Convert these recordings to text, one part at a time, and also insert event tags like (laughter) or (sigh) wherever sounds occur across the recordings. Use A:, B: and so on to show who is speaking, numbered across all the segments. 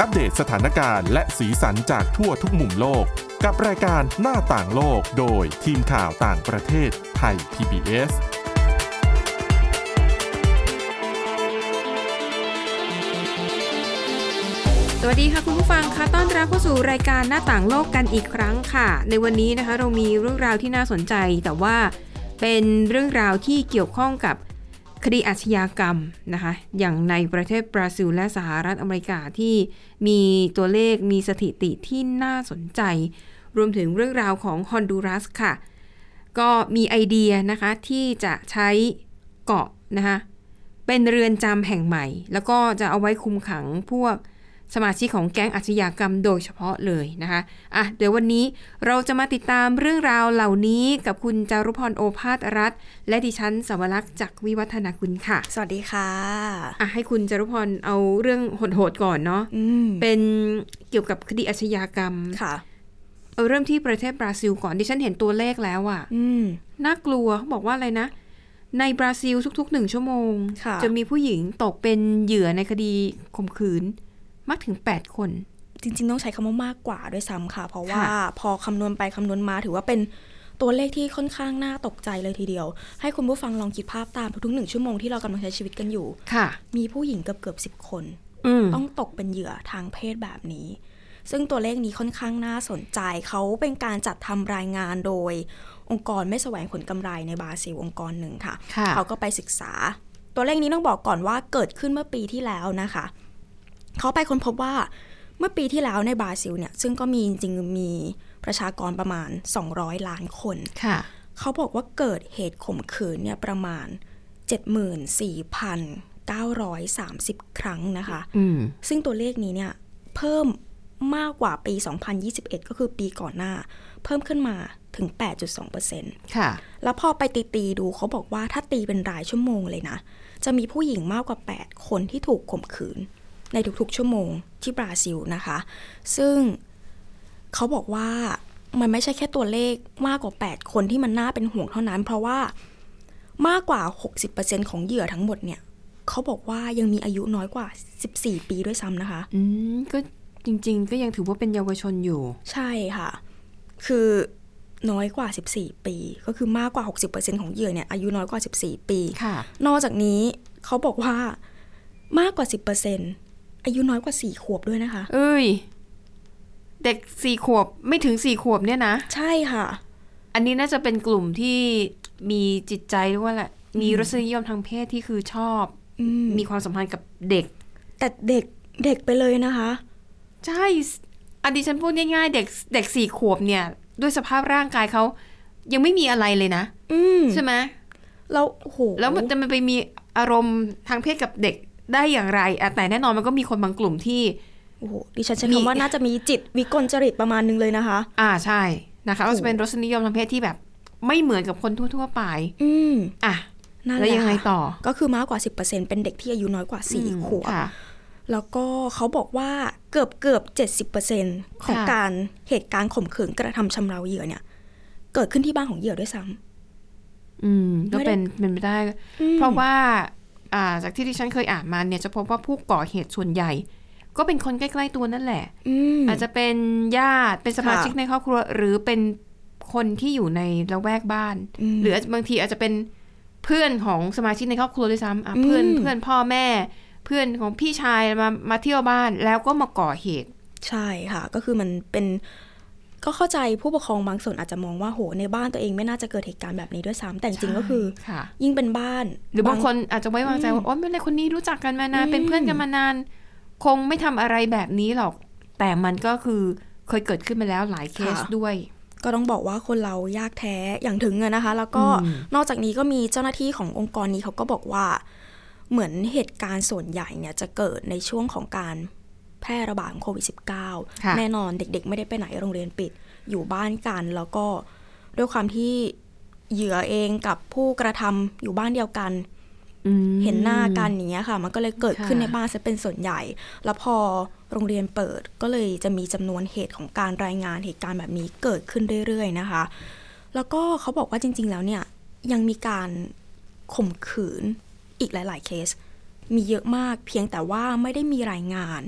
A: อัปเดตสถานการณ์และสีสันจากทั่วทุกมุมโลก กับรายการหน้าต่างโลกโดยทีมข่าวต่างประเทศไทย PBS
B: สวัสดีค่ะคุณผู้ฟังค่ะต้อนรับเข้าสู่รายการหน้าต่างโลกกันอีกครั้งค่ะ ในวันนี้นะคะเรามีเรื่องราวที่น่าสนใจ แต่ว่าเป็นเรื่องราวที่เกี่ยวข้องกับคดีอาชญากรรมนะคะอย่างในประเทศบราซิล และสหรัฐอเมริกาที่มีตัวเลขมีสถิติที่น่าสนใจ รวมถึงเรื่องราวของฮอนดูรัสค่ะ ก็มีไอเดียนะคะที่จะใช้เกาะนะคะเป็นเรือนจำแห่งใหม่ แล้วก็จะเอาไว้คุมขังพวก สมาชิกของแก๊งอาชญากรรมโดยเฉพาะเลยนะคะอ่ะเดี๋ยววันนี้เราจะมาติดตามเรื่องราวเหล่านี้กับคุณจารุพรโอภาสรัฐ และดิฉันสวรักษ์จากวิวัฒนาคุณค่ะ
C: สวัสดีค่ะ
B: อ่ะให้คุณจารุพรเอาเรื่องโหดๆก่อนเนาะ
C: อืม
B: เป็นเกี่ยวกับคดีอาชญากรรม
C: ค่ะ
B: เอาเริ่มที่ประเทศบราซิลก่อนดิฉันเห็นตัวเลขแล้วอะ
C: อืม
B: น่ากลัวเขาบอกว่าอะไรนะ ในบราซิลทุกๆหนึ่งชั่วโมง
C: ค่ะ
B: จะมีผู้หญิงตกเป็นเหยื่อในคดีข่มขืนมากถึงแปดคน
C: จริงๆ ต้องใช้คำว่ามากกว่าด้วยซ้ำค่ะ เพราะว่า
B: ค่ะ
C: พอคำนวณไปคำนวณมาถือว่าเป็นตัวเลขที่ค่อนข้างน่าตกใจเลยทีเดียว ให้คุณผู้ฟังลองคิดภาพตามทุกๆหนึ่งชั่วโมงที่เรากำลังใช้ชีวิตกันอยู่
B: ค่ะ
C: มีผู้หญิงเกือบเกือบสิบคน
B: อืม
C: ต้องตกเป็นเหยื่อทางเพศแบบนี้ ซึ่งตัวเลขนี้ค่อนข้างน่าสนใจ เขาเป็นการจัดทำรายงานโดย องค์กรไม่แสวงผลกำไรในบราซิลองค์กรหนึ่งค่ะ
B: ค่ะ
C: เขาก็ไปศึกษา ตัวเลขนี้ต้องบอกก่อนว่าเกิดขึ้นเมื่อปีที่แล้วนะคะ เขาไปค้นพบว่าเมื่อปีที่แล้วในบราซิลเนี่ย ซึ่งก็มีจริงๆมีประชากรประมาณ 200 ล้านคน
B: ค่ะ
C: เขาบอกว่าเกิดเหตุข่มขืนเนี่ยประมาณ 74,930 ครั้งนะคะ
B: อืม
C: ซึ่งตัวเลขนี้เนี่ยเพิ่มมากกว่าปี 2021 ก็คือปีก่อนหน้า เพิ่มขึ้นมาถึง 8.2%
B: ค่ะ
C: แล้วพอไปตีตีๆดูเขาบอกว่าถ้าตีเป็นรายชั่วโมงเลยนะ จะมีผู้หญิงมากกว่า 8 คนที่ถูกข่มขืน ในทุกๆชั่วโมงที่บราซิลนะคะ ซึ่งเขาบอกว่ามันไม่ใช่แค่ตัวเลขมากกว่า 8 คนที่มันน่าเป็นห่วงเท่านั้น เพราะว่ามากกว่า 60%ของเหยื่อทั้งหมดเนี่ยเขาบอกว่ายังมีอายุน้อยกว่า 14 ปีด้วยซ้ำนะคะ
B: อืม ก็จริง ๆ ก็ยังถือว่าเป็นเยาวชนอยู่
C: ใช่ค่ะ คือน้อยกว่า 14 ปี ก็คือมากกว่า 60%ของเหยื่อเนี่ยอายุน้อยกว่า 14 ปี
B: ค่ะ
C: นอกจากนี้เขาบอกว่ามากกว่า 10%อายุน้อยกว่า 4 ขวบด้วยนะคะ
B: เอ้ย เด็กสี่ขวบไม่ถึงสี่ขวบเนี่ยนะ
C: ใช่ค่ะ
B: อันนี้น่าจะเป็นกลุ่มที่มีจิตใจหรือว่าแหละไรมีรสนิยมทางเพศที่คือชอบ
C: อืม
B: มีความสัมพันธ์กับเด็ก
C: แต่เด็กเด็กไปเลยนะคะ
B: ใช่อันดิฉันพูดง่ายๆ เด็กเด็กสี่ขวบเนี่ย ด้วยสภาพร่างกายเขายังไม่มีอะไรเลยนะ
C: อืม
B: ใช่ไหม
C: แล้วโอ้โห
B: แล้วมันจะมันไปมีอารมณ์ทางเพศกับเด็กได้อย่างไรอ่ะแต่แน่นอนมันก็มีคนบางกลุ่มที่
C: โอ้โหดิฉันใช้
B: มี
C: คำว่าน่าจะมีจิตวิกลจริตประมาณนึงเลยนะคะ
B: อ่าใช่นะคะก็จะเป็นรสนิยมทางเพศที่แบบ ไม่เหมือนกับคนทั่ว ๆ ไป
C: อืม
B: อ่ะ
C: นั่นแห
B: แล้ว
C: ละ
B: ยังไง
C: ค่ะ
B: ต่อ
C: ก็คือมากกว่า 10%เป็นเด็กที่อายุน้อยกว่า
B: อืม
C: 4 ขวบ
B: ค่ะ
C: แล้วก็เขาบอกว่าเกือบเกือบเจ็ดสิบเปอร์เซ็นของ
B: ค่ะ
C: การเหตุการณ์ข่มขืนกระทำชำเราเหยื่อเนี่ย เกิดขึ้นที่บ้านของเหยื่อด้วยซ้
B: อืมก็
C: ไม่ได้
B: เป็นเป็นไปได้
C: ำอืม
B: เพราะว่า อ่าจากที่ดิฉันเคยอ่านมาเนี่ยจะพบว่าผู้ก่อเหตุส่วนใหญ่ ก็เป็นคนใกล้ ๆตัวนั่นแหละ
C: อืม
B: อาจจะเป็นญาติเป็นสมาชิกในครอบครัว หรือเป็นคนที่อยู่ในละแวกบ้าน
C: อืม
B: หรืออาจบางทีอาจจะเป็นเพื่อนของสมาชิกในครอบครัวด้วยซ้ำอ่ะ
C: อืม
B: เพื่อนเพื่อนพ่อแม่ เพื่อนของพี่ชายมามาเที่ยวบ้านแล้วก็มาก่อเหตุ
C: ใช่ค่ะ ก็คือมันเป็น ก็เข้าใจผู้ปกครองบางส่วนอาจจะมองว่าโหในบ้านตัวเองไม่น่าจะเกิดเหตุการณ์แบบนี้ด้วยซ้ำแต่จริงๆก็คือ
B: ใช่ค่ะ
C: ยิ่งเป็นบ้าน
B: หรือบางคนอาจจะไว้วางใจว่าโอ๊ยไม่เป็นไรคนนี้รู้จักกันมานานเป็นเพื่อนกันมานาน คงไม่ทำอะไรแบบนี้หรอก แต่มันก็คือเคยเกิดขึ้นมาแล้วหลายเคสด้วย
C: ก็ต้องบอกว่าคนเรายากแท้อย่างถึงอะนะคะ แล้วก็
B: อืม
C: นอกจากนี้ก็มีเจ้าหน้าที่ขององค์กรนี้เขาก็บอกว่า เหมือนเหตุการณ์ส่วนใหญ่เนี่ยจะเกิดในช่วงของการแพร่ระบาดของโควิด
B: ค่ะ
C: -19 แน่นอนเด็กๆ ไม่ได้ไปไหนโรงเรียนปิด อยู่บ้านกัน แล้วก็ด้วยความที่เหยื่อเองกับผู้กระทำอยู่บ้านเดียวกัน
B: อืม
C: เห็นหน้ากันอย่างเงี้ยค่ะ มันก็เลยเกิด
B: ค่ะ
C: ขึ้นในบ้านซะเป็นส่วนใหญ่ แล้วพอโรงเรียนเปิดก็เลยจะมีจำนวนเหตุของการรายงานเหตุการณ์แบบนี้เกิดขึ้นเรื่อยๆนะคะ แล้วก็เขาบอกว่าจริง ๆ แล้วเนี่ยยังมีการข่มขืนอีกหลาย ๆ เคส มีเยอะมากเพียงแต่ว่าไม่ได้มีรายงาน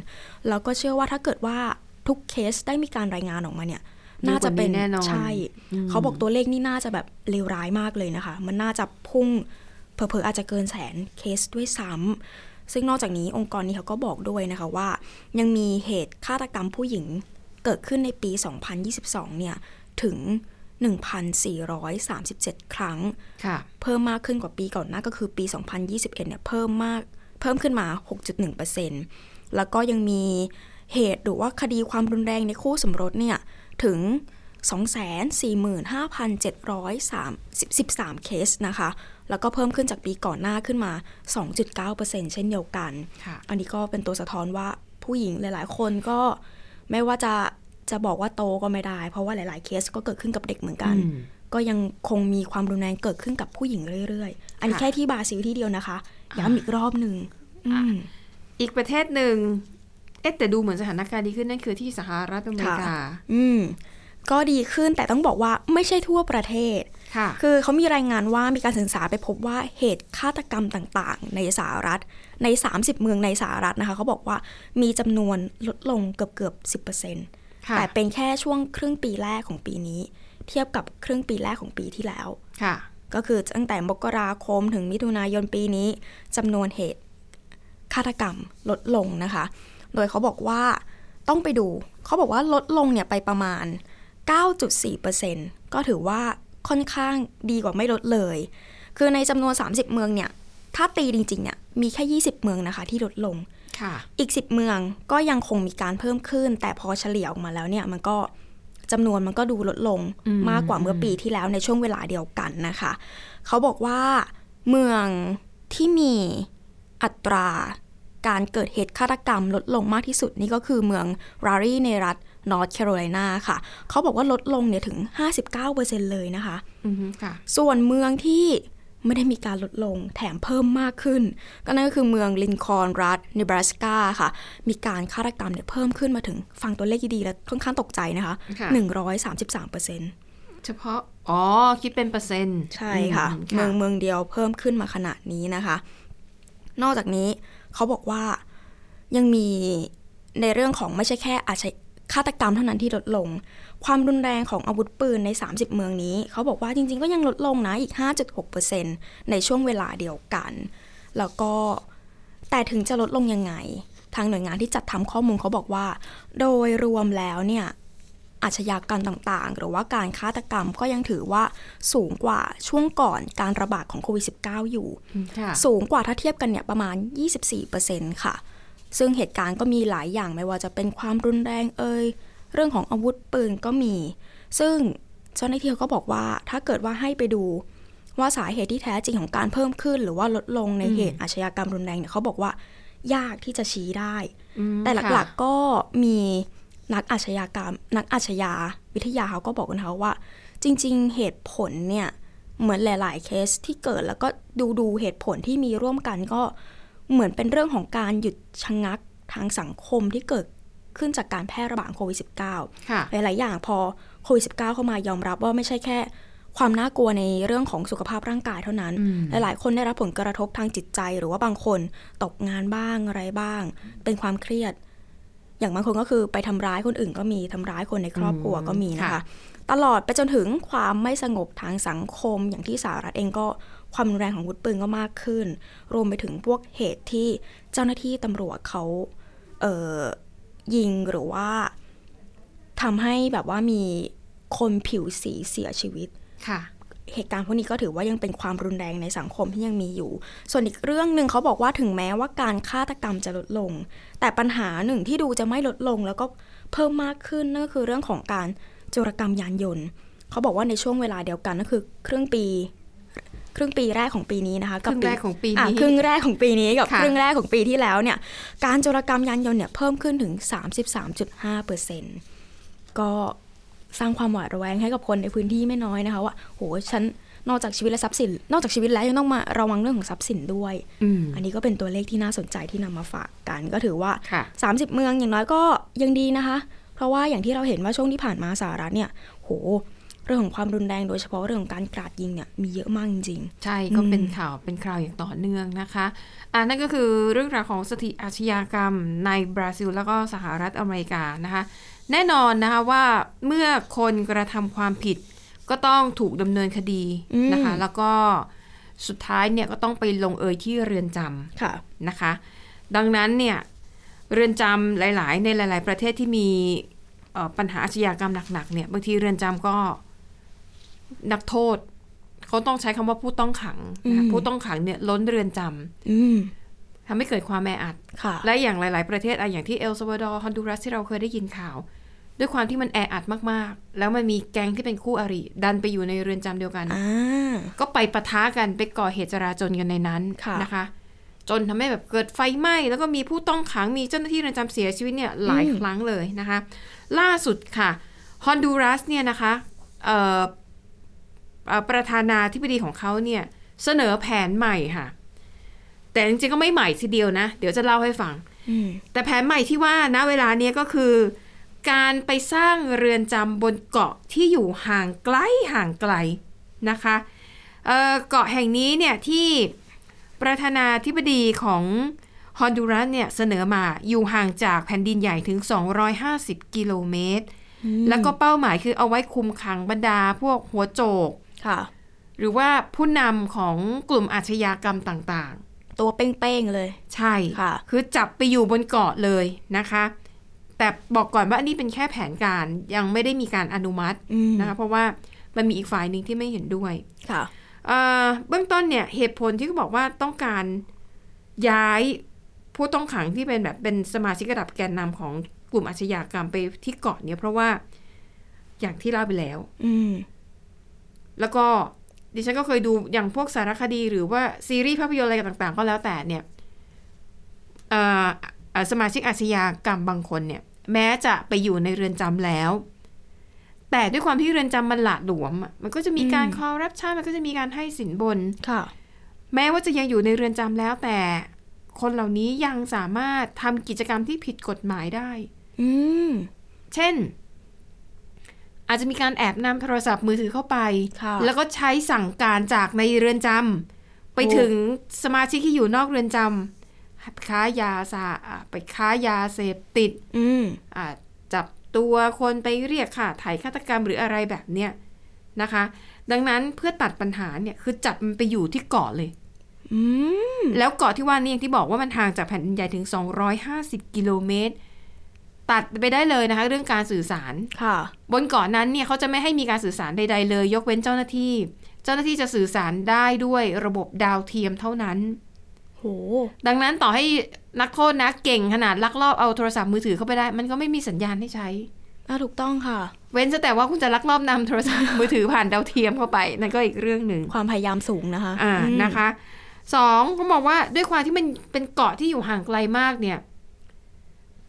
C: แล้วก็เชื่อว่าถ้าเกิดว่าทุกเคสได้มีการรายงานออกมาเนี่ย
B: เย
C: น่า
B: อะกว่า
C: จะเป็น
B: นี้แน่นอน
C: ใช่
B: อืม
C: เขาบอกตัวเลขนี่น่าจะแบบเลวร้ายมากเลยนะคะ มันน่าจะพุ่งเผลอๆอาจจะเกินแสนเคสด้วยซ้ำซึ่งนอกจากนี้องค์กรนี้เขาก็บอกด้วยนะคะว่า ยังมีเหตุฆาตกรรมผู้หญิงเกิดขึ้นในปี 2022 เนี่ยถึง 1,437 ครั้ง
B: ค่ะ
C: เพิ่มมากขึ้นกว่าปีก่อนหน้าก็คือปี 2021 เนี่ยเพิ่มมาก เพิ่มขึ้นมา 6.1%แล้วก็ยังมีเหตุหรือว่าคดีความรุนแรงในคู่สมรสเนี่ยถึง 245,713 เคสนะคะ แล้วก็เพิ่มขึ้นจากปีก่อนหน้าขึ้นมา 2.9%เช่นเดียวกัน
B: ค่ะ
C: อันนี้ก็เป็นตัวสะท้อนว่าผู้หญิงหลาย ๆ คนก็ไม่ว่าจะจะบอกว่าโตก็ไม่ได้ เพราะว่าหลาย ๆ เคสก็เกิดขึ้นกับเด็กเหมือนกัน
B: อืม
C: ก็ยังคงมีความรุนแรงเกิดขึ้นกับผู้หญิงเรื่อย ๆ อันนี้
B: ค่ะ
C: แค่ที่บราซิลที่เดียวนะคะ ย้ำอีกรอบหนึ่งอืม
B: อีกประเทศหนึ่ง เอ๊ะแต่ดูเหมือนสถานการณ์ดีขึ้นนั่นคือที่สหรัฐอเมริกา
C: ค่ะ อืม ก็ดีขึ้นแต่ต้องบอกว่าไม่ใช่ทั่วประเทศ
B: ค่ะ
C: คือเขามีรายงานว่ามีการศึกษาไปพบว่าเหตุฆาตกรรมต่างๆ ในสหรัฐ ใน 30 เมืองในสหรัฐนะคะเขาบอกว่ามีจำนวนลดลงเกือบเกือบสิ
B: ค่ะ
C: แต่เป็นแค่ช่วงครึ่งปีแรกของปีนี้ เทียบกับครึ่งปีแรกของปีที่แล้ว
B: ค่ะ
C: ก็คือตั้งแต่มกราคมถึงมิถุนายนปีนี้จำนวนเหตุฆาตกรรมลดลงนะคะ โดยเขาบอกว่าต้องไปดู เขาบอกว่าลดลงเนี่ยไปประมาณ 9.4%ก็ถือว่าค่อนข้างดีกว่าไม่ลดเลย คือในจำนวน 30 เมืองเนี่ย ถ้าตีจริงๆเนี่ยมีแค่ 20 เมืองนะคะที่ลดลง
B: ค่ะ
C: อีก 10 เมืองก็ยังคงมีการเพิ่มขึ้น แต่พอเฉลี่ยออกมาแล้วเนี่ยมันก็จำนวนมันก็ดูลดลง
B: อืม
C: มากกว่าเมื่อปีที่แล้วในช่วงเวลาเดียวกันนะคะ เขาบอกว่าเมืองที่มีอัตราการเกิดเหตุฆาตกรรมลดลงมากที่สุดนี่ก็คือเมืองรารีในรัฐนอร์ทแคโรไลนาค่ะ เขาบอกว่าลดลงเนี่ยถึง 59%เลยนะคะ
B: อือฮึค่ะ
C: ส่วนเมืองที่ไม่ได้มีการลดลงแถมเพิ่มมากขึ้น ก็นั่นก็คือเมืองลินคอล์นรัฐนิบราสกาค่ะ มีการฆาตกรรมเนี่ยเพิ่มขึ้นมาถึงฟังตัวเลขดีๆแล้วค่อนข้างตกใจนะคะ
B: ค่ะ
C: 133เปอร์เซ็นต์
B: เฉพาะ อ๋อ คิดเป็นเปอร์เซ็นต์
C: ใช่ค่ะ
B: อื
C: เมืองเมืองเดียวเพิ่มขึ้นมาขนาดนี้นะคะ นอกจากนี้เขาบอกว่ายังมีในเรื่องของไม่ใช่แค่อาชญาฆาตกรรมเท่านั้นที่ลดลง ความรุนแรงของอาวุธปืนใน 30 เมืองนี้ เขาบอกว่าจริงๆ ก็ยังลดลงนะอีก 5.6%ในช่วงเวลาเดียวกัน แล้วก็แต่ถึงจะลดลงยังไง ทางหน่วยงานที่จัดทำข้อมูลเขาบอกว่า โดยรวมแล้วเนี่ยอาชญากรรมต่างๆ หรือว่าการฆาตกรรมก็ยังถือว่าสูงกว่าช่วงก่อนการระบาดของโควิด -19 อยู่
B: ค่ะ
C: สูงกว่าถ้าเทียบกันเนี่ยประมาณ 24%ค่ะ ซึ่งเหตุการณ์ก็มีหลายอย่างไม่ว่าจะเป็นความรุนแรงเอ่ย เรื่องของอาวุธปืนก็มี ซึ่งเจ้าหน้าที่เขาก็บอกว่าถ้าเกิดว่าให้ไปดูว่าสาเหตุที่แท้จริงของการเพิ่มขึ้น หรือว่าลดลงในเหตุอาชญากรรมรุนแรงเนี่ยเขาบอกว่ายากที่จะชี้ได้
B: อืม
C: แต่หลัก
B: ค่ะ
C: ๆก็มีนักอาชญากรรม นักอาชญาวิทยาเขาก็บอกกันนะคะว่า จริงๆ เหตุผลเนี่ยเหมือนหลาย ๆ เคสที่เกิดแล้วก็ดูดูเหตุผลที่มีร่วมกันก็เหมือนเป็นเรื่องของการหยุดชะงักทางสังคมที่เกิดขึ้นจากการแพร่ระบาดของโควิด -19
B: ค่ะ
C: หลาย ๆ อย่างพอโควิด -19 เข้ามายอมรับว่าไม่ใช่แค่ ความน่ากลัวในเรื่องของสุขภาพร่างกายเท่านั้น
B: อืม
C: หลาย ๆ คนได้รับผลกระทบทางจิตใจหรือว่าบางคนตกงานบ้างอะไรบ้าง เป็นความเครียด อย่างบางคนก็คือไปทำร้ายคนอื่นก็มีทำร้ายคนในครอบครัวก็มีนะคะ ตลอดไปจนถึงความไม่สงบทางสังคม อย่างที่สหรัฐเองก็ความรุนแรงของวุธปืนก็มากขึ้น รวมไปถึงพวกเหตุที่เจ้าหน้าที่ตำรวจเขาเอ่อยิงหรือว่า ทำให้แบบว่ามีคนผิวสีเสียชีวิต
B: ค่ะ
C: เหตุการณ์พวกนี้ก็ถือว่ายังเป็นความรุนแรงในสังคมที่ยังมีอยู่ ส่วนอีกเรื่องหนึ่งเขาบอกว่าถึงแม้ว่าการฆาตกรรมจะลดลง แต่ปัญหาหนึ่งที่ดูจะไม่ลดลงแล้วก็เพิ่มมากขึ้นนั่นก็คือเรื่องของการจุรกรรมยานยนต์ เขาบอกว่าในช่วงเวลาเดียวกันก็คือครึ่งปี ครึ่งปีแรกของปีนี้นะคะกั
B: ค
C: บ
B: รึ่ง
C: ปี
B: แรกของปีนี้
C: ะครึ่งแรกของปีนี้กับ
B: ค่ะ
C: ครึ่งแรกของปีที่แล้วเนี่ยการจุรกรรมยานยนต์เนี่ยเพิ่มขึ้นถึง 33.5เปอร์เซ็นต์ก็ สร้างความหวาดระแวงให้กับคนในพื้นที่ไม่น้อยนะคะว่าโหฉันนอกจากชีวิตและทรัพย์สิน นอกจากชีวิตแล้วยังต้องมาระวังเรื่องของทรัพย์สินด้วย
B: อืม
C: อันนี้ก็เป็นตัวเลขที่น่าสนใจที่นำมาฝากกัน ก็ถือว่า
B: ค่ะ
C: 30 เมืองอย่างน้อยก็ยังดีนะคะ เพราะว่าอย่างที่เราเห็นว่าช่วงที่ผ่านมาสหรัฐเนี่ยโห เรื่องของความรุนแรงโดยเฉพาะเรื่องของการกราดยิงเนี่ยมีเยอะมากจริง
B: ใช่ก็เป็น
C: อืม
B: ข่าวเป็นคราวอย่างต่อเนื่องนะคะอ่านั่นก็คือเรื่องราวของสถิติอาชญากรรมในบราซิลแล้วก็สหรัฐอเมริกานะคะ แน่นอนนะคะว่าเมื่อคนกระทำความผิด ก็ต้องถูกดำเนินคดีนะคะ
C: อืม
B: แล้วก็สุดท้ายเนี่ยก็ต้องไปลงเอยที่เรือนจำ
C: ๆ ค่ะ
B: นะคะ ดังนั้นเนี่ยเรือนจำหลาย ๆ ในหลาย ๆ ประเทศที่มีเอ่อปัญหาอาชญากรรมหนัก ๆ เนี่ยบางทีเรือนจำก็นักโทษเขาต้องใช้คำว่าผู้ต้องขังนะคะ
C: อืม
B: ผู้ต้องขังเนี่ยล้นเรือนจ
C: อืม
B: ำทำให้เกิดความแออัด
C: ค่ะ
B: และอย่างหลาย ๆ ประเทศอะอย่างที่เอลซัลวาดอร์ฮอนดูรัสที่เราเคยได้ยินข่าว ด้วยความที่มันแออัดมาก ๆ แล้วมันมีแก๊งที่เป็นคู่อริดันไปอยู่ในเรือนจำเดียวกัน
C: อ่า
B: ก็ไปปะทะกันไปก่อเหตุจราจนกันในนั้น
C: ค่ะ
B: นะคะ จนทำให้แบบเกิดไฟไหม้แล้วก็มีผู้ต้องขังมีเจ้าหน้าที่เรือนจำเสียชีวิตเนี่ยหลายครั้งเลยนะคะ ล่าสุดค่ะฮอนดูรัสเนี่ยนะคะเอ่อเอ่อประธานาธิบดีของเขาเนี่ยเสนอแผนใหม่ค่ะ แต่จริงๆก็ไม่ใหม่ทีเดียวนะ เดี๋ยวจะเล่าให้ฟัง
C: อืม
B: แต่แผนใหม่ที่ว่านะเวลาเนี้ยก็คือ การไปสร้างเรือนจำบนเกาะที่อยู่ห่างไกลห่างไกลนะคะเอ่อเกาะแห่งนี้เนี่ยที่ประธานาธิบดีของฮอนดูรัสเนี่ยเสนอมาอยู่ห่างจากแผ่นดินใหญ่ถึง 250 กิโลเมตร แล้วก็เป้าหมายคือเอาไว้คุมขังบรรดาพวกหัวโจก
C: ค่ะ
B: หรือว่าผู้นำของกลุ่มอาชญากรรมต่าง
C: ตัวเป้งๆเลย
B: ๆ ใช่
C: ค่ะ
B: คือจับไปอยู่บนเกาะเลยนะคะ แต่บอกก่อนว่าอันนี้เป็นแค่แผนการยังไม่ได้มีการอนุมัติ
C: อืม
B: นะคะเพราะว่ามันมีอีกฝ่ายหนึ่งที่ไม่เห็นด้วย
C: ค่ะ
B: เอ่อเบื้องต้นเนี่ยเหตุผลที่เขาบอกว่าต้องการย้ายผู้ต้องขังที่เป็นแบบเป็นสมาชิกระดับแกนนำของกลุ่มอาชญากรรมไปที่เกาะเนี่ยเพราะว่าอย่างที่เล่าไปแล้ว
C: อืม
B: แล้วก็ดิฉันก็เคยดูอย่างพวกสารคดีหรือว่าซีรีส์ภาพยนตร์อะไรต่างๆ ก็แล้วแต่เนี่ยเอ่อเอ่อสมาชิกอาชญากรรมบางคนเนี่ย แม้จะไปอยู่ในเรือนจำแล้ว แต่ด้วยความที่เรือนจำมันหละหลวมอะมันก็จะมีการคอร์รัปชันมันก็จะมีการให้สินบน
C: ค่ะ
B: แม้ว่าจะยังอยู่ในเรือนจำแล้ว แต่คนเหล่านี้ยังสามารถทำกิจกรรมที่ผิดกฎหมายได้
C: อืม
B: เช่น อาจจะมีการแอบนำโทรศัพท์มือถือเข้าไป
C: ค่ะ
B: แล้วก็ใช้สั่งการจากในเรือนจำไป
C: โอ้
B: ถึงสมาชิกที่อยู่นอกเรือนจำค้ายาสาอ่ะไปค้ายาเสพติด
C: อืม
B: อ่ะจับตัวคนไปเรียกค่ะไถ่ายฆาตกรรมหรืออะไรแบบเนี้ยนะคะ ดังนั้นเพื่อตัดปัญหาเนี่ยคือจับมันไปอยู่ที่เกาะเลย
C: อืม
B: แล้วเกาะที่ว่านี่อย่างที่บอกว่ามันห่างจากแผ่นดินใหญ่ถึง 250 กิโลเมตร ตัดไปได้เลยนะคะ เรื่องการสื่อสาร
C: ค่ะ
B: บนเกาะนั้นเนี่ยเขาจะไม่ให้มีการสื่อสารใด ๆ เลย ยกเว้นเจ้าหน้าที่ เจ้าหน้าที่จะสื่อสารได้ด้วยระบบดาวเทียมเท่านั้น
C: โห
B: ดังนั้นต่อให้นักโทษนะเก่งขนาดลักลอบเอาโทรศัพท์มือถือเข้าไปได้ มันก็ไม่มีสัญญาณให้ใช้
C: อ่ะถูกต้องค่ะ
B: เว้นแต่ว่าคุณจะลักลอบนำโทรศัพท์ มือถือผ่านดาวเทียมเข้าไปนั่นก็อีกเรื่องหนึ่ง
C: ความพยายามสูงนะคะ
B: อ่าม นะคะสองเขาบอกว่าด้วยความที่มันเป็นเกาะที่อยู่ห่างไกลมากเนี่ย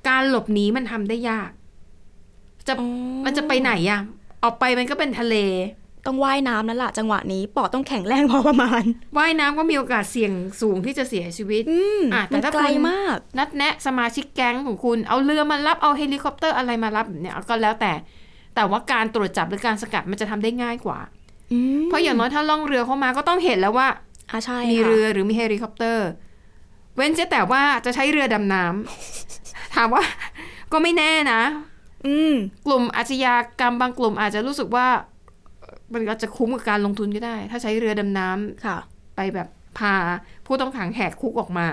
B: การหลบหนีมันทำได้ยาก จะ
C: อ๋อ
B: มันจะไปไหนอะออกไปมันก็เป็นทะเล
C: ต้องว่ายน้ำแล้วล่ะ จังหวะนี้ปอดต้องแข็งแรงพอประมาณ
B: ว่ายน้ำก็มีโอกาสเสี่ยงสูงที่จะเสียชีวิต
C: อืม
B: อ่ะแต่
C: มัน
B: ถ้า
C: ไกล
B: คุณ
C: มาก
B: นัดแนะสมาชิกแก๊งของคุณ เอาเรือมารับ เอาเฮลิคอปเตอร์อะไรมารับแบบเนี่ยก็แล้วแต่ แต่ว่าการตรวจจับหรือการสกัดมันจะทำได้ง่ายกว่า
C: อืม
B: เพราะอย่างน้อยถ้าล่องเรือเข้ามาก็ต้องเห็นแล้วว่า
C: อ่ะใช่
B: มี
C: ค่ะ
B: เรือหรือมีเฮลิคอปเตอร์ เว้นแต่ว่าจะใช้เรือดำน้ำ ถามว่า ก็ไม่แน่นะ
C: อืม
B: กลุ่มอาชญากรรมบางกลุ่มอาจจะรู้สึกว่าเอ่อมันอาจจะคุ้มกับการลงทุนก็ได้ ถ้าใช้เรือดำน้ำ
C: ค่ะ
B: ไปแบบพาผู้ต้องขังแหกคุกออกมา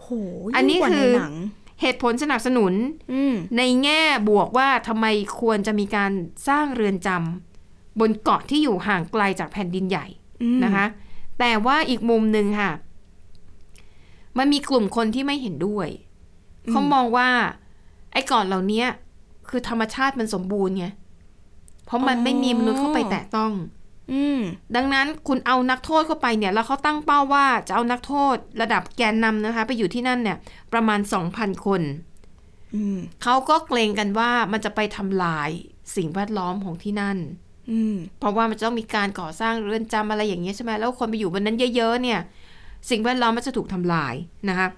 C: โห
B: อันนี้
C: ยิ่งกว่า
B: คือ
C: ในหนัง
B: เหตุผลสนับสนุน
C: อืม
B: ในแง่บวกว่าทำไมควรจะมีการสร้างเรือนจำบนเกาะที่อยู่ห่างไกลจากแผ่นดินใหญ่
C: อืม
B: นะคะ แต่ว่าอีกมุมหนึ่งค่ะ มันมีกลุ่มคนที่ไม่เห็นด้วย เขามองว่า ไอ้เกาะเหล่านี้คือธรรมชาติมันสมบูรณ์ไง เพราะมันไม่มีมนุษย์เข้าไปแตะต้อง
C: อืม
B: ดังนั้นคุณเอานักโทษเข้าไปเนี่ย แล้วเขาตั้งเป้าว่าจะเอานักโทษระดับแกนนำนะคะ ไปอยู่ที่นั่นเนี่ย ประมาณ 2,000 คน
C: อืม
B: เขาก็เกรงกันว่ามันจะไปทำลายสิ่งแวดล้อมของที่นั่น
C: อืม
B: เพราะว่ามันจะต้องมีการก่อสร้างเรือนจำอะไรอย่างเงี้ยใช่ไหมแล้วคนไปอยู่บนนั้นเยอะ ๆ เนี่ย สิ่งแวดล้อมมันจะถูกทำลายนะคะ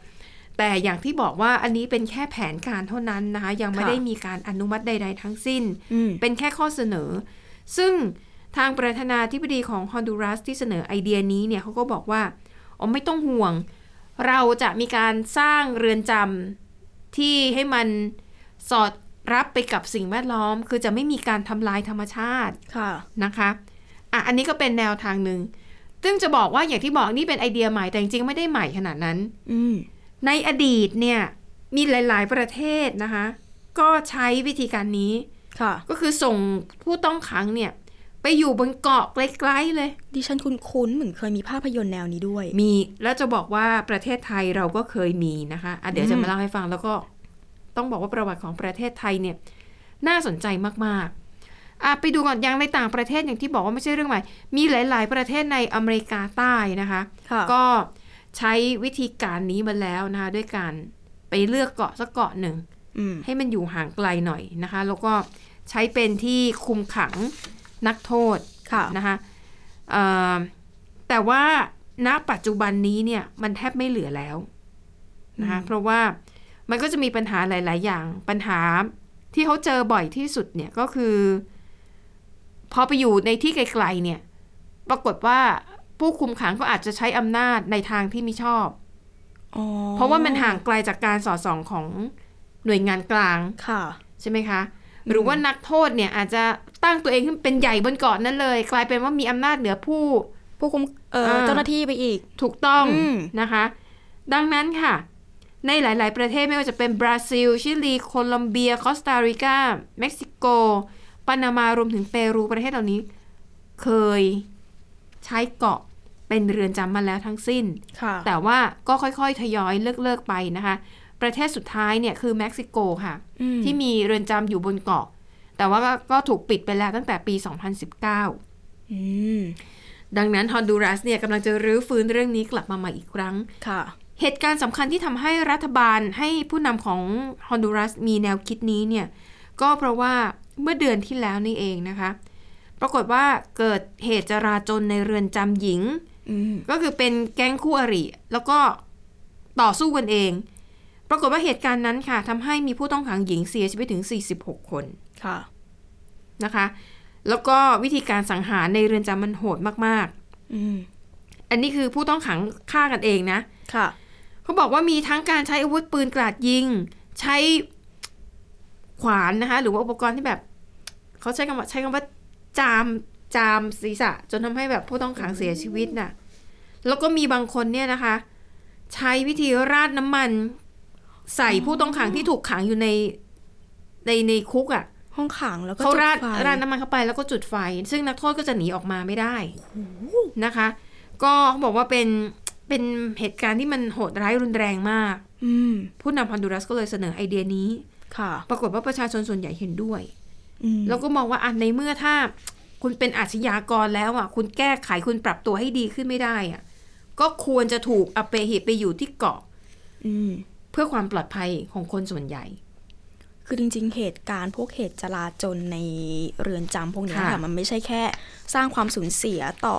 B: แต่อย่างที่บอกว่าอันนี้เป็นแค่แผนการเท่านั้นนะคะ ยังไม่
C: ค่ะ
B: ได้มีการอนุมัติใด ๆ ทั้งสิ้น
C: อืม
B: เป็นแค่ข้อเสนอ ซึ่ง ทางประธานาธิบดีของฮอนดูรัสที่เสนอไอเดียนี้เนี่ยเขาก็บอกว่าอ๋อไม่ต้องห่วง เราจะมีการสร้างเรือนจำที่ให้มันสอดรับไปกับสิ่งแวดล้อม คือจะไม่มีการทำลายธรรมชาติ
C: ค่ะ
B: นะคะอ่ะอันนี้ก็เป็นแนวทางหนึ่ง ซึ่งจะบอกว่าอย่างที่บอกนี่เป็นไอเดียใหม่แต่จริงๆ ไม่ได้ใหม่ขนาดนั้น
C: อืม
B: ในอดีตเนี่ยมีหลายๆ ประเทศนะคะ ก็ใช้วิธีการนี้
C: ค่ะ
B: ก็คือส่งผู้ต้องขังเนี่ยไปอยู่บนเกาะไกลๆเลย
C: ดิฉันคุ้นๆเหมือนเคยมีภาพยนตร์แนวนี้ด้วย
B: มีแล้วจะบอกว่าประเทศไทยเราก็เคยมีนะคะอ่ะเดี๋ยวจะมาเล่าให้ฟังแล้วก็ต้องบอกว่าประวัติของประเทศไทยเนี่ยน่าสนใจมากๆอ่ะไปดูก่อนอย่างในต่างประเทศอย่างที่บอกว่าไม่ใช่เรื่องใหม่ มีหลาย ๆ ประเทศในอเมริกาใต้นะคะ
C: ค่ะ
B: ก็ใช้วิธีการนี้มาแล้วนะคะด้วยการไปเลือกเกาะสักเกาะหนึ่ง
C: อืม
B: ให้มันอยู่ห่างไกลหน่อยนะคะ แล้วก็ใช้เป็นที่คุมขังนักโทษ
C: ค่ะ
B: นะคะเอ่อแต่ว่าณปัจจุบันนี้เนี่ยมันแทบไม่เหลือแล้วนะคะเพราะว่ามันก็จะมีปัญหาหลาย ๆ อย่างปัญหาที่เขาเจอบ่อยที่สุดเนี่ยก็คือ พอไปอยู่ในที่ไกล ๆ เนี่ยปรากฏว่าผู้คุมขังก็อาจจะใช้อำนาจในทางที่ไม่ชอบ
C: อ๋อ
B: เพราะว่ามันห่างไกลจากการสอดส่องของหน่วยงานกลาง
C: ค่ะ
B: ใช่ไหมคะ หรือว่านักโทษเนี่ยอาจจะตั้งตัวเองขึ้นเป็นใหญ่บนเกาะนั้นเลย กลายเป็นว่ามีอำนาจเหนือผู้
C: ผู้คุมเอ่ออา เจ้าหน้าที่ไปอีก
B: ถูกต้อง
C: อืม
B: นะคะ ดังนั้นค่ะ ในหลาย ๆ ประเทศไม่ว่าจะเป็นบราซิล ชิลี โคลอมเบีย คอสตาริกา เม็กซิโก ปานามารวมถึงเปรูประเทศเหล่านี้ เคยใช้เกาะเป็นเรือนจำมาแล้วทั้งสิ้น
C: ค่ะ
B: แต่ว่าก็ค่อย ๆ ทยอยเลิกเลิกๆไปนะคะ ประเทศสุดท้ายเนี่ยคือเม็กซิโกค่ะ
C: อืม
B: ที่มีเรือนจำอยู่บนเกาะ แต่ว่าก็ก็ถูกปิดไปแล้วตั้งแต่ปี 2019
C: อืม
B: ดังนั้นฮอนดูรัสเนี่ยกำลังจะรื้อฟื้นเรื่องนี้กลับมาใหม่อีกครั้ง
C: ค่ะ
B: เหตุการณ์สำคัญที่ทำให้รัฐบาลให้ผู้นำของฮอนดูรัสมีแนวคิดนี้เนี่ย ก็เพราะว่าเมื่อเดือนที่แล้วนี่เองนะคะ ปรากฏว่าเกิดเหตุจราจนในเรือนจำหญิง
C: อืม
B: ก็คือเป็นแก๊งคู่อริ แล้วก็ต่อสู้กันเอง ปรากฏว่าเหตุการณ์นั้นค่ะทำให้มีผู้ต้องขังหญิงเสียชีวิตถึง 46 คน
C: ค่ะ
B: นะคะ แล้วก็วิธีการสังหารในเรือนจำมันโหดมาก
C: อืม
B: ๆ อันนี้คือผู้ต้องขังฆ่ากันเองนะ
C: ค่ะ
B: เขาบอกว่ามีทั้งการใช้อาวุธปืนกราดยิง ใช้ขวานนะคะ หรือว่าอุปกรณ์ที่แบบ เขาใช้คำว่าใช้คำว่าจามจามศีรษะ จนทำให้แบบผู้ต้องขังเสียชีวิตน่ะ แล้วก็มีบางคนเนี่ยนะคะ ใช้วิธีราดน้ำมัน ใส่ผู้ต้องขังที่ถูกขังอยู่ในในในคุกอ่ะ
C: ห้องขังแล้วก็
B: เขาราด
C: จุไฟ
B: ราดน้ำมันเข้าไปแล้วก็จุดไฟ ซึ่งนักโทษก็จะหนีออกมาไม่ได้นะคะ ก็เขาบอกว่าเป็นเป็นเหตุการณ์ที่มันโหดร้ายรุนแรงมาก
C: อืม
B: ผู้นำฮอนดูรัสก็เลยเสนอไอเดียนี้
C: ค่ะ
B: ปรากฏว่าประชาชนส่วนใหญ่เห็นด้วย
C: อืม
B: แล้วก็มองว่าอ่ะในเมื่อถ้าคุณเป็นอาชญากรแล้วอ่ะ คุณแก้ไขคุณปรับตัวให้ดีขึ้นไม่ได้อ่ะก็ควรจะถูกเอาไปเหตุไปอยู่ที่เกาะ
C: อืม
B: เพื่อความปลอดภัยของคนส่วนใหญ่
C: คือจริงๆ เหตุการณ์พวกเหตุจลาจลในเรือนจำพวกเนี้ย
B: ค่ะ
C: ค่ะ มันไม่ใช่แค่สร้างความสูญเสียต่อ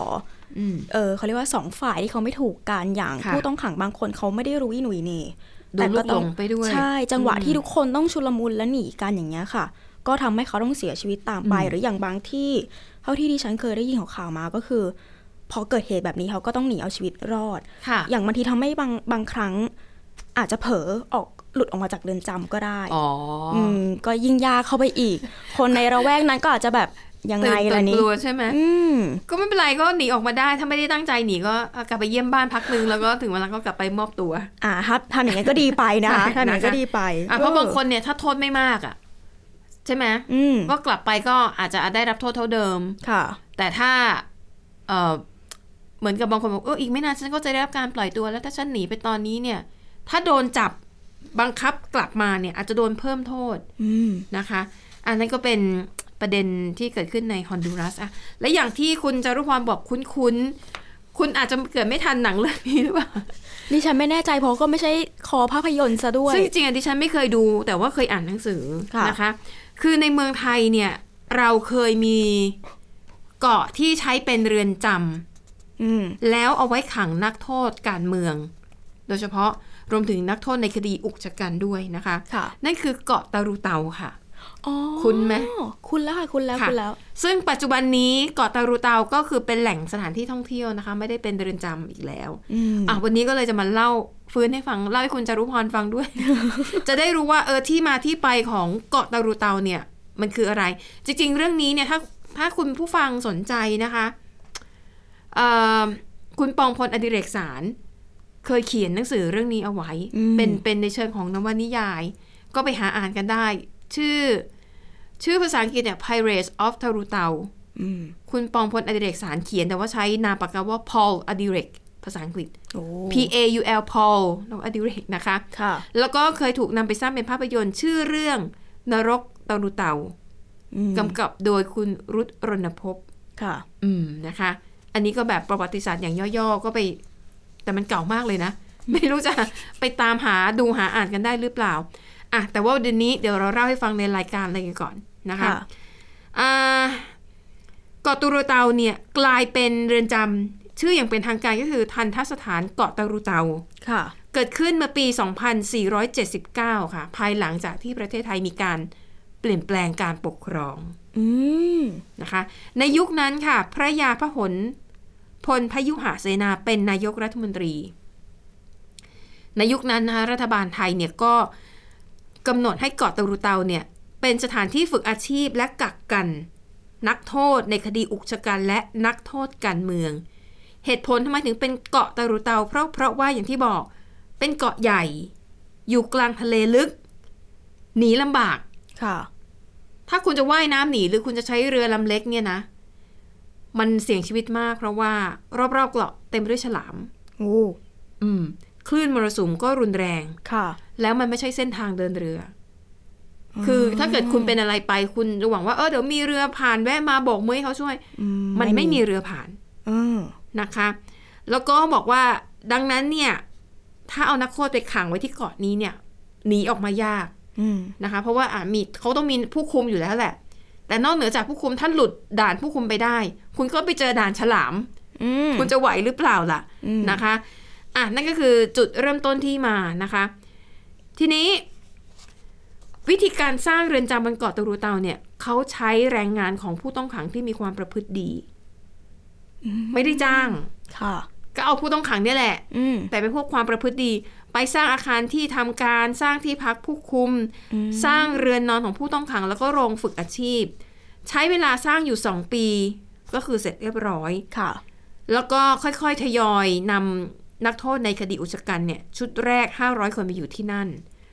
B: อืม
C: เออเขาเรียกว่าสองฝ่ายที่เขาไม่ถูกกันอย่าง
B: ค่ะ
C: ผู้ต้องขังบางคนเขาไม่ได้รู้อีหนุ่ยเหนี่
B: ดูลูกหลงไปด้วย
C: ใช่จังหวะ
B: อืม
C: ที่ทุกคนต้องชุลมุนและหนีกันอย่างเงี้ยค่ะ ก็ทำให้เขาต้องเสียชีวิตตามไป
B: อืม
C: หรืออย่างบางที่เท่าที่ดิฉันเคยได้ยินของข่าวมาก็คือ พอเกิดเหตุแบบนี้เขาก็ต้องหนีเอาชีวิตรอด
B: ค่ะ
C: อย่างบางทีทำให้บางบางครั้ง อาจจะเผลอออกหลุดออกมาจากเรือนจำก็ได้
B: อ๋ออ
C: มก็ยิ่งยากเข้าไปอีก คนในระแวกนั้นก็อาจจะแบบยัง
B: ตื่
C: ไง
B: นต
C: ล่ะ
B: น
C: นี่
B: กลัวใช่ไหม
C: อืม
B: ก็ไม่เป็นไรก็หนีออกมาได้ ถ้าไม่ได้ตั้งใจหนีก็เอากลับไปเยี่ยมบ้านพักนึง แล้วก็ถึงเวลาก็กลับไปมอบตัว
C: อ่าถ้าทำอย่างนั้นก็ดีไปนะ
B: ใช่
C: ทำอย่างนั้นก็ดีไป
B: อ่ะเพ
C: ออบ
B: ราะางคนเนี่ยถ้าโทษไม่มากอ่ะ ใช่ไหม
C: อืม
B: ก็กลับไปก็อาจจะได้รับโทษเท่าเดิม
C: ค่ะ
B: แต่ถ้าเออเหมือนกับบางคนบอกเอออีกไม่นานฉันก็จะได้รับการปล่อยตัวแล้วถ้าฉันหนีไปตอนนี้เนี่ย ถ้าโดนจับบังคับกลับมาเนี่ย อาจจะโดนเพิ่มโทษ
C: อืม
B: นะคะ อันนั้นก็เป็นประเด็นที่เกิดขึ้นในฮอนดูรัสอะและอย่างที่คุณจารุพรบอกคุ้นคุ้นๆคุณอาจจะเกิดไม่ทันหนังเรื่องนี้หรือเปล่า
C: นี่ฉันไม่แน่ใจเพราะก็ไม่ใช่คอภาพยนตร์ซะด้วย
B: ซึ่งจริงๆอะดิฉันไม่เคยดูแต่ว่าเคยอ่านหนังสือ
C: ค่ะ
B: นะคะ คือในเมืองไทยเนี่ย เราเคยมีเกาะที่ใช้เป็นเรือนจำ
C: อืม
B: แล้วเอาไว้ขังนักโทษการเมือง โดยเฉพาะรวมถึงนักโทษในคดีอุกชะกันด้วยนะคะ
C: ค่ะ
B: นั่นคือเกาะตารูเตาค่ะ
C: อ๋อ
B: คุ้นไหม
C: คุณแล้วค่ะคุณแล้ว
B: ค่ะ
C: คุณแล้ว
B: ซึ่งปัจจุบันนี้เกาะตารูเตาก็คือเป็นแหล่งสถานที่ท่องเที่ยวนะคะ ไม่ได้เป็นเรือนจำอีกแล้ว
C: อืม
B: อ่ะวันนี้ก็เลยจะมาเล่าฟื้นให้ฟังเล่าให้คุณจารุพรฟังด้วย (laughs) จะได้รู้ว่าเออที่มาที่ไปของเกาะตารูเตาเนี่ย มันคืออะไร จริง ๆ เรื่องนี้เนี่ยถ้าถ้าคุณผู้ฟังสนใจนะคะเอ่อคุณปองพลอดิเรกสาร เคยเขียนหนังสือเรื่องนี้เอาไว้
C: อืม
B: เป็นเป็นในเชิงของนวนิยาย ก็ไปหาอ่านกันได้ ชื่อ ชื่อภาษาอังกฤษเนี่ย Pirates of t a r u t a
C: อืม
B: คุณปองพลอดิเรกสารเขียนแต่ว่าใช้นามปากกาว่า Paul อดิเรกภาษาอังกฤษ
C: โอ้
B: P A U L Paul น้องอดิเรกนะคะ
C: ค่ะ
B: แล้วก็เคยถูกนำไปสร้างเป็นภาพยนตร์ ชื่อเรื่องนรกตารูเตา
C: อืม
B: กำกับโดยคุณรุตรณพบ
C: ค่ะ
B: อืมนะคะ อันนี้ก็แบบประวัติศาสตร์อย่างย่อๆ ก็ไป แต่มันเก่ามากเลยนะ ไม่รู้จะ ไปตามหาดูหาอ่านกันได้หรือเปล่าอ่ะแต่ว่าเดี๋ยวนี้เดี๋ยวเราเล่าให้ฟังในรายการอะไรกันก่อนนะคะ อ่าเกาะตูรูเตาเนี่ยกลายเป็นเรือนจำชื่ออย่างเป็นทางการก็คือทันทสถานเกาะตูรูเตา
C: ค่ะ
B: เกิดขึ้นเมื่อปี 2479 ค่ะ ภายหลังจากที่ประเทศไทยมีการเปลี่ยนแปลงการปกครอง
C: อืม
B: นะคะ ในยุคนั้นค่ะ พระยาพหลพลพยุหเสนาเป็นนายกรัฐมนตรี ในยุคนั้นนะคะรัฐบาลไทยเนี่ยก็กำหนดให้เกาะตูรูเตาเนี่ยเป็นสถานที่ฝึกอาชีพและกักกัน นักโทษในคดีอุกชะกันและนักโทษการเมือง เหตุผลทำไมถึงเป็นเกาะตารูเตาเพราะเพราะว่าอย่างที่บอกเป็นเกาะใหญ่ อยู่กลางทะเลลึก หนีลำบาก
C: ค่ะ
B: ถ้าคุณจะว่ายน้ำหนีหรือคุณจะใช้เรือลำเล็กเนี่ยนะ มันเสี่ยงชีวิตมากเพราะว่ารอบๆเกาะเต็มไปด้วยฉลาม
C: โอ้
B: อืม คลื่นมรสุมก็รุนแรง
C: ค่ะ
B: แล้วมันไม่ใช่เส้นทางเดินเรือ คือถ้าเกิดคุณเป็นอะไรไปคุณจะหวังว่าเออเดี๋ยวมีเรือผ่านแวะมาโบกมือให้เขาช่วย
C: อื
B: มันไม่มีเรือผ่าน
C: เออ
B: นะคะ แล้วก็บอกว่าดังนั้นเนี่ย ถ้าเอานักโทษไปขังไว้ที่เกาะนี้เนี่ยหนีออกมายาก
C: อืม
B: นะคะ เพราะว่าอ่ะมีเขาต้องมีผู้คุมอยู่แล้วแหละ แต่นอกเหนือจากผู้คุมท่านหลุดด่านผู้คุมไปได้ คุณก็ไปเจอด่านฉลาม
C: อืม
B: คุณจะไหวหรือเปล่าล่ะ
C: อืม
B: นะคะอ่ะนั่นก็คือจุดเริ่มต้นที่มานะคะ ทีนี้วิธีการสร้างเรือนจำบนเกาะตูรูเตาเนี่ยเขาใช้แรงงานของผู้ต้องขังที่มีความประพฤติดี ไม่ได้จ้าง
C: ค่ะ
B: ก็เอาผู้ต้องขังเนี่ยแหละ
C: อืม
B: แต่เป็นพวกความประพฤติดี ไปสร้างอาคารที่ทำการสร้างที่พักผู้คุม สร้างเรือนนอนของผู้ต้องขัง แล้วก็โรงฝึกอาชีพ ใช้เวลาสร้างอยู่ 2 ปี ก็คือเสร็จเรียบร้อย
C: ค่ะ
B: แล้วก็ค่อยๆ ทยอยนำนักโทษในคดีอุกชะกันเนี่ยชุดแรก 500 คนไปอยู่ที่นั่น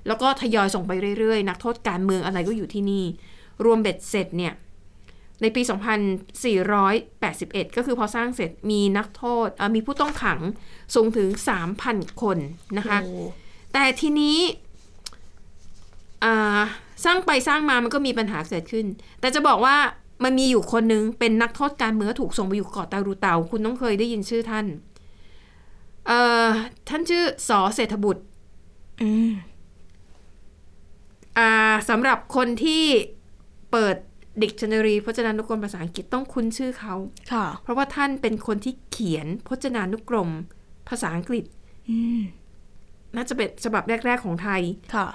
B: แล้วก็ทยอยส่งไปเรื่อยๆ นักโทษการเมืองอะไรก็อยู่ที่นี่ รวมเบ็ดเสร็จเนี่ยในปี 2481 ก็คือพอสร้างเสร็จมีนักโทษเอ่อมีผู้ต้องขังสูงถึง 3,000 คนนะคะ
C: โอ้
B: แต่ทีนี้อ่าสร้างไปสร้างมามันก็มีปัญหาเกิดขึ้น แต่จะบอกว่ามันมีอยู่คนนึงเป็นนักโทษการเมืองถูกส่งไปอยู่เกาะตารูเตา คุณต้องเคยได้ยินชื่อท่านเอ่อท่านชื่อสอเศรษฐบุตร
C: อืม
B: อ่าสำหรับคนที่เปิดดิกชันนารีพจนานุกรมภาษาอังกฤษต้องคุ้นชื่อเขา
C: ค่ะ
B: เพราะว่าท่านเป็นคนที่เขียนพจนานุกรมภาษาอังกฤษ
C: อืม
B: น่าจะเป็นฉบับแรก ๆ ของไทย
C: ค่ะ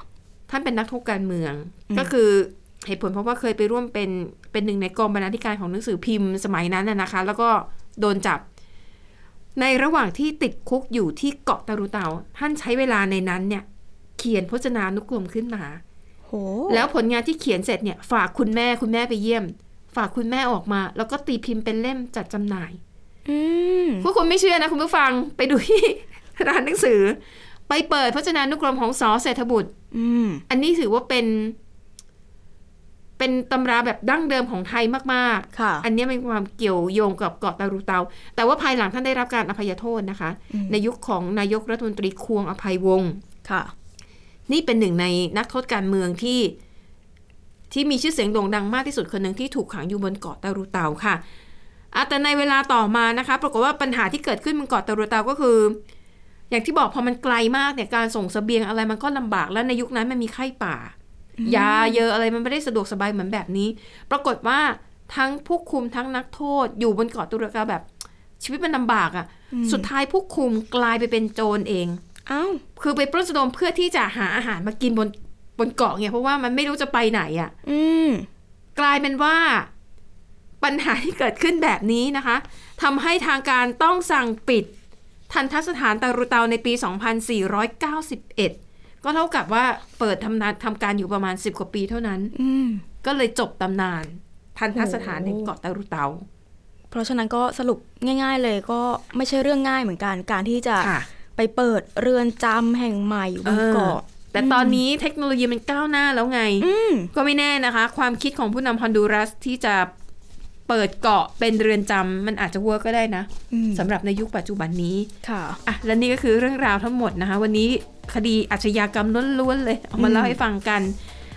B: ท่านเป็นนักโทษการเมือง ก็คือเหตุผลเพราะว่าเคยไปร่วมเป็นเป็นหนึ่งในกองบรรณาธิการของหนังสือพิมพ์สมัยนั้นน่ะนะคะ แล้วก็โดนจับ ในระหว่างที่ติดคุกอยู่ที่เกาะตารูเตา ท่านใช้เวลาในนั้นเนี่ย เขียนพจนานุกรมขึ้นมา
C: โห
B: แล้วผลงานที่เขียนเสร็จเนี่ย ฝากคุณแม่คุณแม่ไปเยี่ยม ฝากคุณแม่ออกมา แล้วก็ตีพิมพ์เป็นเล่มจัดจำหน่าย
C: อืม
B: พวกคุณไม่เชื่อนะคุณผู้ฟังไปดูที่ ร้านหนังสือ ไปเปิดพจนานุกรมของสอเศรษฐบุตร
C: อืม
B: อันนี้ถือว่าเป็น เป็นตำราแบบดั้งเดิมของไทยมาก
C: ค่ะ
B: ๆ อันนี้เป็นความเกี่ยวโยงกับเกาะตารูเตา แต่ว่าภายหลังท่านได้รับการอภัยโทษนะคะ
C: อืม
B: ในยุคของนายกรัฐมนตรีควงอภัยวงศ์
C: ค่ะ
B: นี่เป็นหนึ่งในนักโทษการเมืองที่ ที่มีชื่อเสียงโด่งดังมากที่สุดคนหนึ่งที่ถูกขังอยู่บนเกาะตารูเตาค่ะอ่ะแต่ในเวลาต่อมานะคะ ปรากฏว่าปัญหาที่เกิดขึ้นบนเกาะตารูเตาก็คือ อย่างที่บอกพอมันไกลมากเนี่ยการส่งเสบียงอะไรมันก็ลำบากแล้วในยุคนั้นมันมีไข้ป่า ยาเยอะอะไรมันไม่ได้สะดวกสบายเหมือนแบบนี้ ปรากฏว่าทั้งผู้คุมทั้งนักโทษอยู่บนเกาะตุรกาแบบ ชีวิตมันลำบากอะ่ะ สุดท้ายผู้คุมกลายไปเป็นโจรเอง
C: อ้าว
B: คือไปปล้นสะดมเพื่อที่จะหาอาหารมากินบน บนเกาะไงเพราะว่ามันไม่รู้จะไปไหนอะ่ะ
C: อืม
B: กลายเป็นว่าปัญหาที่เกิดขึ้นแบบนี้นะคะทำให้ทางการต้องสั่งปิด ทันทสถานตารุเตาในปี 2491 ก็เท่ากับว่าเปิดทำนานทำการอยู่ประมาณ 10 กว่าปีเท่านั้น
C: อืม
B: ก็เลยจบตำนาน ทันทสถานในเกาะตารุเตา
C: เพราะฉะนั้นก็สรุปง่าย ๆ เลยก็ไม่ใช่เรื่องง่ายเหมือนกัน การที่จะไปเปิดเรือนจำแห่งใหม่อยู่บนเกาะ
B: แต่ตอนนี้เทคโนโลยีมันก้าวหน้าแล้วไง
C: อืม
B: ก็ไม่แน่นะคะ ความคิดของผู้นำฮอนดูรัสที่จะเปิดเกาะเป็นเรือนจำมันอาจจะเวิร์กก็ได้นะ
C: อืม
B: สำหรับในยุคปัจจุบันนี้
C: ค่ะ
B: อ่ะและนี่ก็คือเรื่องราวทั้งหมดนะคะ วันนี้คดีอาชญากรรมล้วนๆเลย เอามาเล่าให้ฟังกัน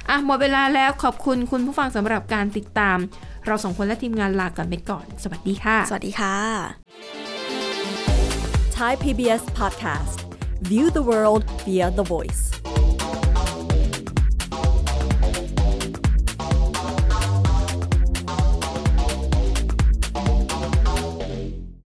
B: อ่ะหมดเวลาแล้วขอบคุณคุณผู้ฟังสำหรับการติดตาม เราสองคนและทีมงานลากันไปก่อน สวัสดีค่ะ
C: สวัสดีค่ะ
D: Thai PBS podcast. View the world via the voice.